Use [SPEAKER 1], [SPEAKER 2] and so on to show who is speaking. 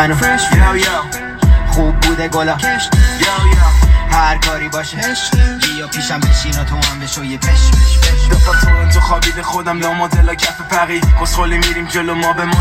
[SPEAKER 1] منو
[SPEAKER 2] Yo yo
[SPEAKER 1] خوب بوده گلا
[SPEAKER 2] yo yo
[SPEAKER 1] هر کاری باشه بیا پیشم بشین و تو هم بشو یه پش
[SPEAKER 2] دفعه تو خوابیده خودم لامدلا کف پقی خسخولی میریم جلو ما به مال